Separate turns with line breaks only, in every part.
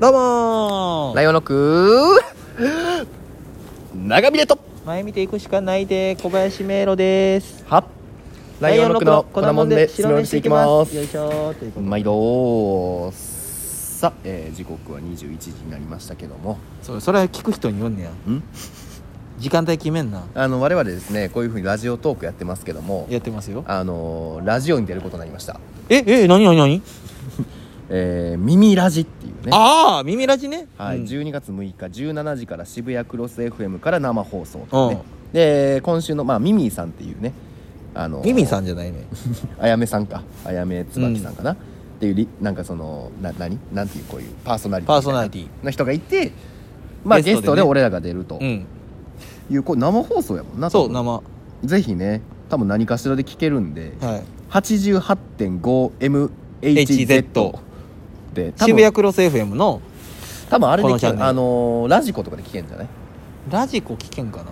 どうもー
ライオンロック長峰と
前見ていくしかないで小林迷路です
はライオンロックの粉もんで質問していきます
よいしょーということで
毎度さあ、えー時刻は21時になりましたけども
そうそれは聞く人によんねや
ん
時間帯決めんな
あの我々ですねこういうふうにラジオトークやってますけども
やってますよ
あのーラジオに出ることになりました
ええ何何何
えー耳ラジっていうね
ああ耳ラジね
はい、
うん
12月6日17時から渋谷クロス FM から生放送
う
と
ん
ねで今週の、まあ、ミミィさんっていうねあの
ミミさんじゃない ね
あやめさんかあやめ椿さんかな、っていうりなんかそのな何なんていうこういうパーソナリティ
パー
み
ソ
たいな
ナリティ
の人がいてまあ
ゲ
ゲ
ストでね
ストで俺らが出ると
うん
いうこう生放送やもんな
そう
多分
生は
ぜひね多分何かしらで聞けるんで
い
88.5MHz で多
渋
分
谷クロス FM の
多分あれで
このチャ
聞
ンネ
け
ル
あのーラジコとかで聞けんじゃない
ラジコ聞けんかな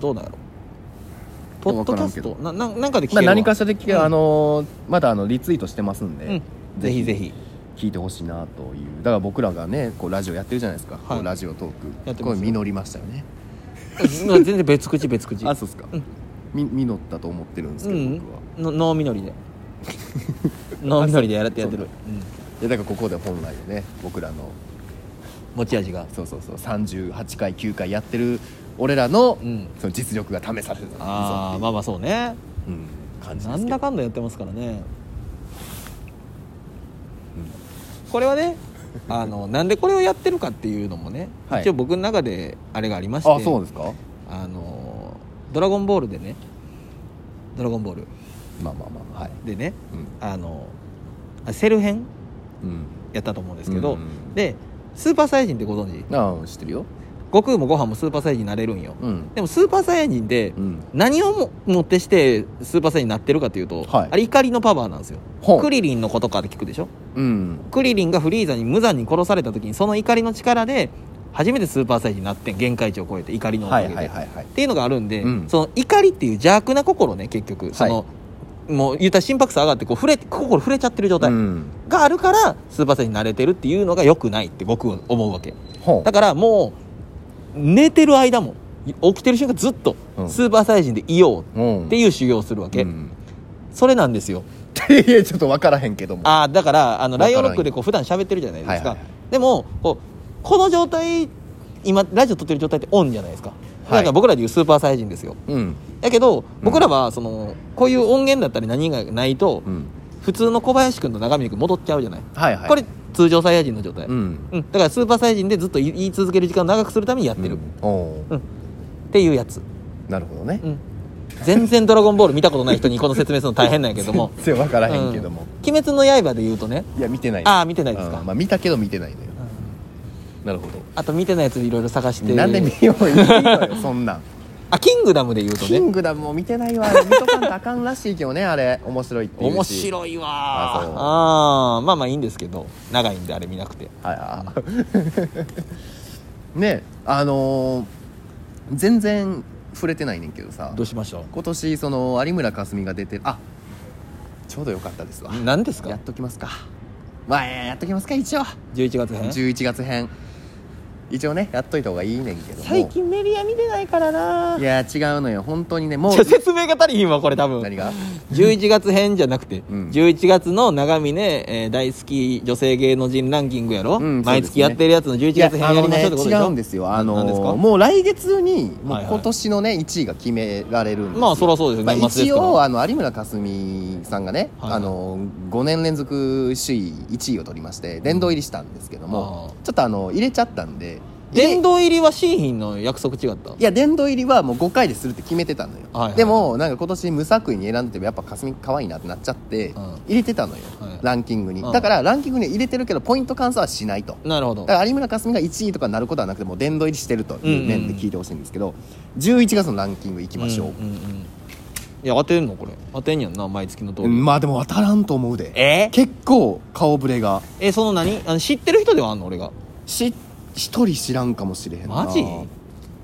どうなんやろポッドキャス
わ
ト
か
なななんかで聞け
まあ
るわ
何かしらで聞け
うん
あのーまだあのリツイートしてますんで、
うんぜひぜひ
聞いてほしいなというだから僕らがねこうラジオやってるじゃないですか、
い
こうラジオトー
やっ
ク
て
こ
ますよ
れ実りましたよね
全然別口別口
あそうですか、
うん
み実ったと思ってるんです
う
けど、
ん
僕は
の脳みの りで脳みのりでやってやってる、
そう
うん
いやだからここで本来のね僕らの
持ち味が
そうそうそう38回9回やってる俺らの,、
うん
その実力が試されるぞ
ああまあまあそうね
っていう、うん、感じで
な
す
ん
け
だ
ど
かんだやってますからね、これはねあの なんでこれをやってるかっていうのもね、
はい
一応僕の中であれがありまして
あそうですか
あの「ドラゴンボール」でね「ドラゴンボール
まあまあまあまあはい」
でね
うん
あのあセル編
うん
やったと思うんですけど、
うんうん
でスーパーサイヤ人ってご存知
ああ知ってるよ
悟空もご飯もスーパーサイヤ人になれるんよ、
うん
でもスーパーサイヤ人って
うん
何をももってしてスーパーサイヤ人になってるかというと、
はい
あれ怒りのパワーなんですよ
ほう
クリリンのことかって聞くでしょ
うん
クリリンがフリーザに無残に殺された時にその怒りの力で初めてスーパーサイヤ人になってん限界値を超えて怒りのおか
は
げ
い
で、
はいはいはい
っていうのがあるんで、
うん
その怒りっていう邪悪な心ね結局その、
は
もう言ったら心拍数上がってこう触れ心触れちゃってる状態
うん
があるからスーパーサイヤ人になれてるっていうのが良くないって僕は思うわけ
ほ
だからもう寝てる間も起きてる瞬間ずっと
うん
スーパーサイヤ人でいよう
ううん
っていう修行をするわけ、
うん
それなんですよ
いやちょっと分からへんけども
ああだからあの
わ
ラ
からん
イ
よ
オンロックでこう普段喋ってるじゃないですか、
はいはいはい
でもこうこの状態今ラジオ撮ってる状態ってオンじゃないですか、
い
だから僕らでいうスーパーサイヤ人ですよ
うん
だけど僕らはその、こういう音源だったり何がないと、
うん
普通の小林君と長峰君戻っちゃうじゃない、
はいはい
これ通常サイヤ人の状態、
う
うん
ん
だからスーパーサイヤ人でずっと言い言い続ける時間を長くするためにやってる、
うんおー
っていうやつ、
なるほどね、
うん、全然「ドラゴンボール」見たことない人にこの説明するの大変なんやけども
全然分からへんけども
うん鬼滅の刃」で言うとね
いや見てない
ああ見てないですか
うんまあ見たけど見てないのよ
うん
なるほど
あと見てないやついろいろ探して
なんで見ようよ見てんのよそ んなん
あキングダムで言うと
キ
ね
ングダムも見てないわあれ見とかんとあかんらしいけどねあれ面白いっていうし
面白いわー
あそう
あーまあまあいいんですけど長いんであれ見なくて
はいあ ーねあのー全然触れてないねんけどさ
どうしましょ
今年その有村架純が出てるあちょうどよかったですわ
う何ですか
やっときますかまあやっときますか一応
11月編
11月編一応ねやっといた方がいいねんけども
最近メディア見てないからない
や違うのよ本当にねも
ちょ
う
説明が足りひんわこれ多分
何が
11月編じゃなくて、
うん
11月の長峰、えー大好き女性芸能人ランキングやろ、
うんそうで
毎
すね
月やってるやつの11
いや
月編やりましょうってことでし
あのね違
ょ
うんですよあの
何ですか
もう来月にも
は
う
いはい
今年のね1位が決められるんですよ
まあそりゃそうですよ
まあ
年末です
一
から
応あの有村架純さんがね、
はいはい
あの5年連続首位1位を取りまして殿堂入りしたんですけどもちょっとあの入れちゃったんで
殿堂入りは新品の約束違った
いや殿堂入りはもう5回でするって決めてたのよ、
はいはい
でもなんか今年無作為に選んでてやっぱかすみ可愛いなってなっちゃって、
うん
入れてたのよ、
はい
ランキングに、
うん
だからランキングに入れてるけどポイント換算はしないと
なるほど
だから有村架純が1位とかになることはなくてもう殿堂入りしてるという面で聞いてほしいんですけど、11月のランキングいきましょう、
んんんいや当てんのこれ当てんやんな毎月の通り、
うんまあでも当たらんと思うで
え
結構顔ぶれが
えその何あの知ってる人ではあんの俺が
し一人知らんかもしれへんな
マジ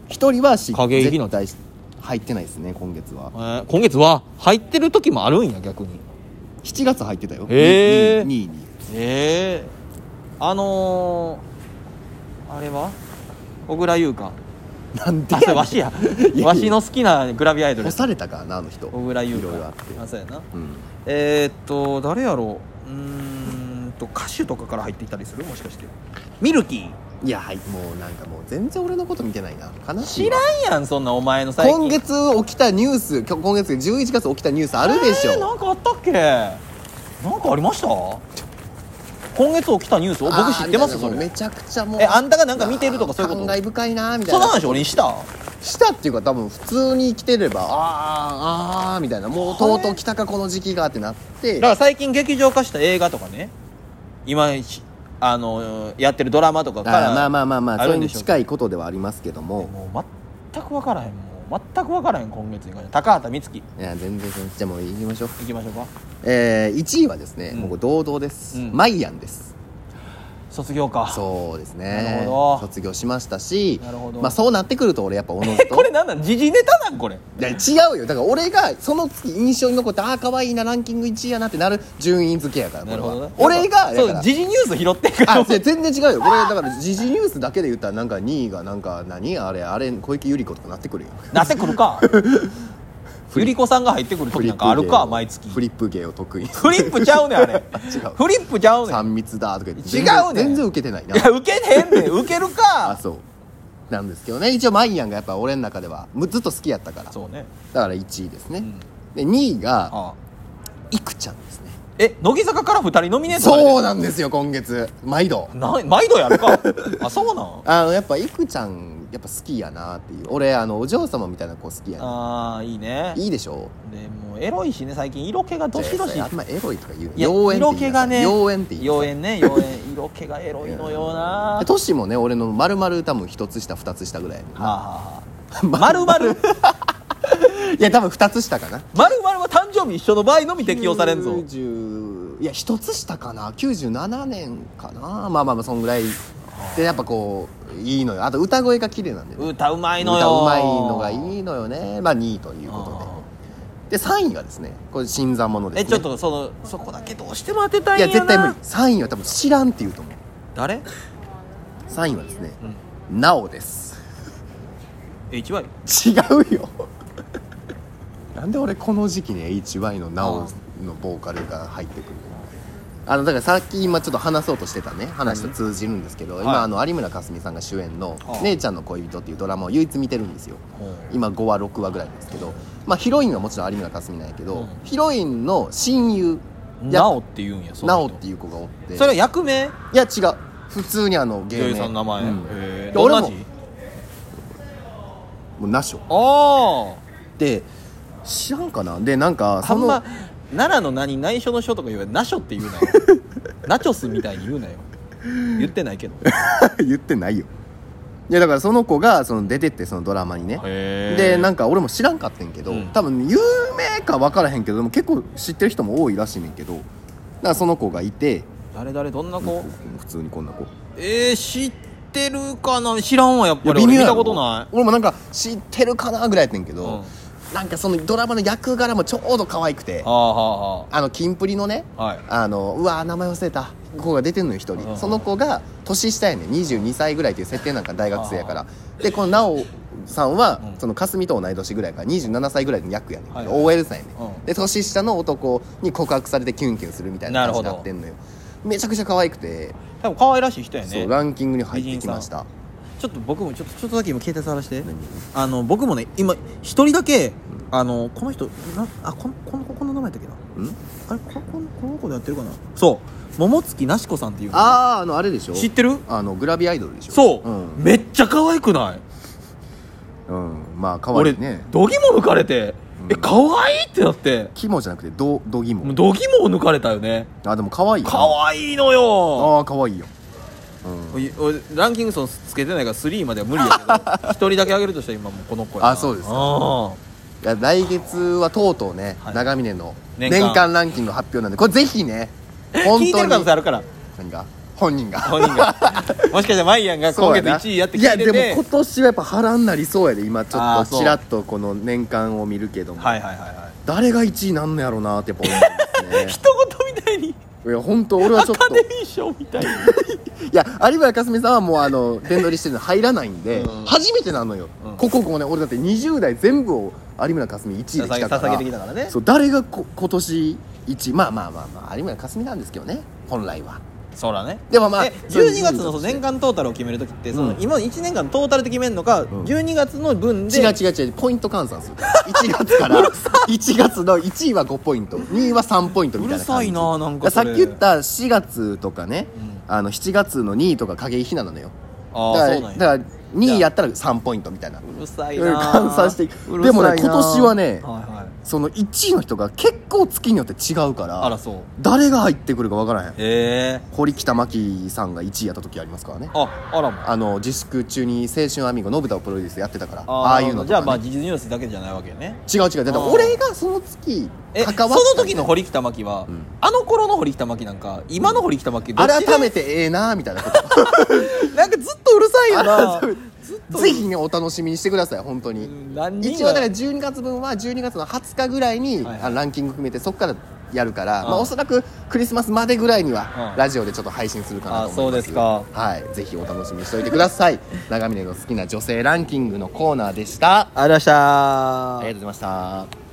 一人は知っ
影入りの
絶対入ってないですね今月は
えー今月は入ってる時もあるんや逆に
7月入ってたよ
へー
2位に
ええあのあれは小倉優香
なんで
あそれわしや
いや
わしの好きなグラビアアイドル
干されたからなあの人
小倉優
いろいろあっ
香
て
あそうやな
うん
えー、っと誰やろううーんと歌手とかから入っていたりするもしかしてミルキー
いやはいもうなんかもう全然俺のこと見てないな悲し
知
いわ
らんやんそんなお前の最近
今月起きたニュース今今月11月起きたニュースあるでしょ、
えーなんかあったっけなんかありました今月起きたニュースを
あー
僕知ってます
み
そ
たいなもう
れ
めちゃくちゃもう
えあんたがなんか見てるとかそういうこと
感慨深いなみたい
そ
な
の話俺にした
したっていうか多分普通に生きてればあーあーみたいなもうとうとう来たかこの時期がってなって
だから最近劇場化した映画とかね今しあのやってるドラマとかから
あーまあまあまあまあ
あ
そ
る
れ
んで
に
しょう
近いことではありますけども
もう全く分からへんもう全く分からへん今月に関して高畑充希
いや全然全然じゃあもう行きましょう
行きましょうか
えー、1位はですね、
うん
もう堂々です、
うん
マイアンです
卒業か
そうですね
なるほど
卒業しましたし
なるほど
まあ、そうなってくると俺やっぱおのず
え
と
これなんなん時事ネタなんこれ
いや違うよだから俺がその月印象に残ってああ可愛いなランキング1位やなってなる順位付けやからこれは
ね
俺が
そ
だから
う時事ニュース拾ってるから
あ違う全然違うよこれだから時事ニュースだけで言ったらなんか2位がなんか何あれあれ小池百合子とかなってくるよ
なってくるかゆりこさんが入ってくる時なんかあるか毎月
フリップ芸を得意
フリップちゃうねんあれ
違う
フリップちゃうねん
3密だとか言って
違うねん
全然全然受けてないない
や受けへんねん受ける
あ
か
そうなんですけどね一応マイアンがやっぱ俺の中ではむずっと好きやったから
そうね
だから1位ですね、
ん
で2位が
ああ
いくちゃんですね
え乃木坂から2人ノミネートされてる
そうなんですよ今月毎度
な毎度やるかあそうなん
あのやっぱいくちゃんやっぱ好きやなっていう俺あのお嬢様みたいな子好きやな
ああいいね
いいでしょ
でもエロいしね最近色気がどしどし
じゃああんまエロいとか言うの
いや
妖
色
艶って言
気
いな
が
さい
ね
妖艶って言いなさい
妖艶ね妖艶色気がエロいのよな
でトシもね俺の丸々多分一つ下二つ下ぐらいや ねんな
はあはあまるまる
いや多分二つ下かな
まるまるは誕生日一緒の場合のみ適用されんぞ
90いや一つ下かな97年かなまあまあまあそんぐらいでやっぱこういいのよあと歌声が綺麗なんで、ね、
歌うまいの
歌
よ
うまいのがい
い
いのよねまあ2位ということでで3位がですねこれ新参者です、ね、
えちょっとそのそこだけどうしても当てたい
い
んやな
や絶対無理3位は多分知らんって言うと思う
誰
3位はですねなおです
?HY
違うよなんで俺この時期に HY のなおのボーカルが入ってくるのあのだからさっき今ちょっと話そうとしてたね話と通じるんですけど、
はい
今あの有村架純さんが主演の
ああ
「姉ちゃんの恋人」っていうドラマを唯一見てるんですよ
ほう
今5話6話ぐらいですけど、まあ、ヒロインはもちろん有村架純なんやけど、
うん
ヒロインの親友や
なおって言うんやそ
な
の
おっ
人
ていう子がおって
それは役名
いや違う普通にあの芸
女
名
優さんの名前、
うん
えー、
で俺
同
も
じ
もうなしょ
あ
で知らんかなでなんか
ああ
そ
ん
の
ま奈良の何内緒の書とか言うなしょって 言うなよナチョスみたいに言うなよ言ってないけど
言ってないよいやだからその子がその出てってそのドラマにねで
で
なんんか俺も知らんかってんけど、
うん
多分有名か分からへんけどでも結構知ってる人も多いらしいねんけどだからその子がいて
誰誰どんな子
普通にこんな子
えー、知ってるかな知らんわやっぱり俺
微妙
見
や
た
ろ
ことな
俺もなんか知ってるかなぐらいやってんけ
い、
ど、
うん
なんかそのドラマの役柄もちょうど可愛くて
はあは
あのキンプリのね
あはあはい
あのうわー名前忘れた子が出てんのよ一
う
人
ん
その子が年下やねん22歳ぐらいという設定なんか大学生やからでこの奈緒さんは
うん
そのかすみと同い年ぐらいから27歳ぐらいの役やねんけ
はい
ど
はい
OL さんやね
うん
んで年下の男に告白されてキュンキュンするみたいな感じに
なる
な
ほど
ってんのよめちゃくちゃ可愛くて
多分可愛らしい人や
そ
ね
うランキングに入ってきました
ちょっと僕もちょっとちょっとだけ今携帯探してあの僕もね今一人だけあのこの人なあこのこのこの名前だっけな
何ん
あれここのこの子でやってるかなそう桃月なし子さんっていう
あああのあれでしょ
知ってる
あのグラビアアイドルでしょ
そう、
ん
めっちゃ可愛くない
うんまあ可愛
俺
いね
度肝抜かれて、
うん
え可愛いってなって
肝じゃなくてどどぎ
もう
も
度肝を抜かれたよね
あでも可愛いよ
可愛いのよ
ああ可愛いようん
おいおいランキングそのつけてないから3までは無理や けど一人だけ上げるとしたら今もうこの子やな
あそうですか
あ
いや来月はとうとうね、
はい
長峰の
年
年
間
間ランキング発表なんでこれぜひね
ー
本
聞いて
当
る可能
に
性あるから
何が本人が
本人 がもしかしたらマイアンが今
そうや
月
な
1位やって聞いて
いやで
て
も今年はやっぱ波乱になりそうやで今ちょ
あー
っ
そ
と
う
ちらっとこの年間を見るけども、
はいはいはいはい
誰が1位なんのやろ うなってやっぱ思うんですね
一言みたいに
いや本当俺は
ア
ちょっ
カ
と
デミー賞みたいに
いや有村架純さんはもうあの点取りしてるの入らないんで、
うん
初めてなのよ、
うん
ここここね俺だって20代全部を有村架純1位で来たから
捧げてきたからね
そう誰がこ今年1位まあまあまあまあ有村架純なんですけどね本来は
そうだね
でもまあ
え12月の
そ
そ
う
の年間トータルを決めるときってその
うん
今の1年間トータルで決めるのか、
ん
12月の分で
違う違う違うポイント換算する1月から1月の1位は5ポイント2位は3ポイントみたいな感じ
うるさいななんかそ
さっ
れ
き言った4月とかね、あの7月の2位とか景井ひななのよ
あ
だ
あ
か
そうな
ら
んや
だから2位やったら3ポイントみたいな
うるさい
うん
な
換算していく
うるさいな
でもね今年はね
はいはい、
その1位の人が結構月によって違うから
あらそう
誰が入ってくるかわからへん
ええ
堀北真希さんが1位やった時ありますからね
ああらま
あの自粛中に青春アミゴ信田をプロデュースやってたから
ー
ああいうのとか、ね、
じゃあまあ事実ニュースだけじゃないわけね
違う違うだって俺がその月
えそ
関
の
わった
時の堀北真希は、
ん
あの頃の堀北真希なんか今の堀北真希どっちが
改めてええなみたいなこと
なんかずっとうるさいよな
改めて
ずっ と
ぜひねお楽しみにしてください本当に
何人
一応だから12月分は12月の20日ぐらいに、
はいはい
あのランキング含めてそこからやるから、
うん
まあ、おそらくクリスマスまでぐらいに
う
は
ん
ラジオでちょっと配信するかなと思いますけど
あそうで
はい、ぜひお楽しみにしておいてくだ さい長峰の好きな女性ランキングのコーナーでしたあ
ありがとうございました
りがとうございました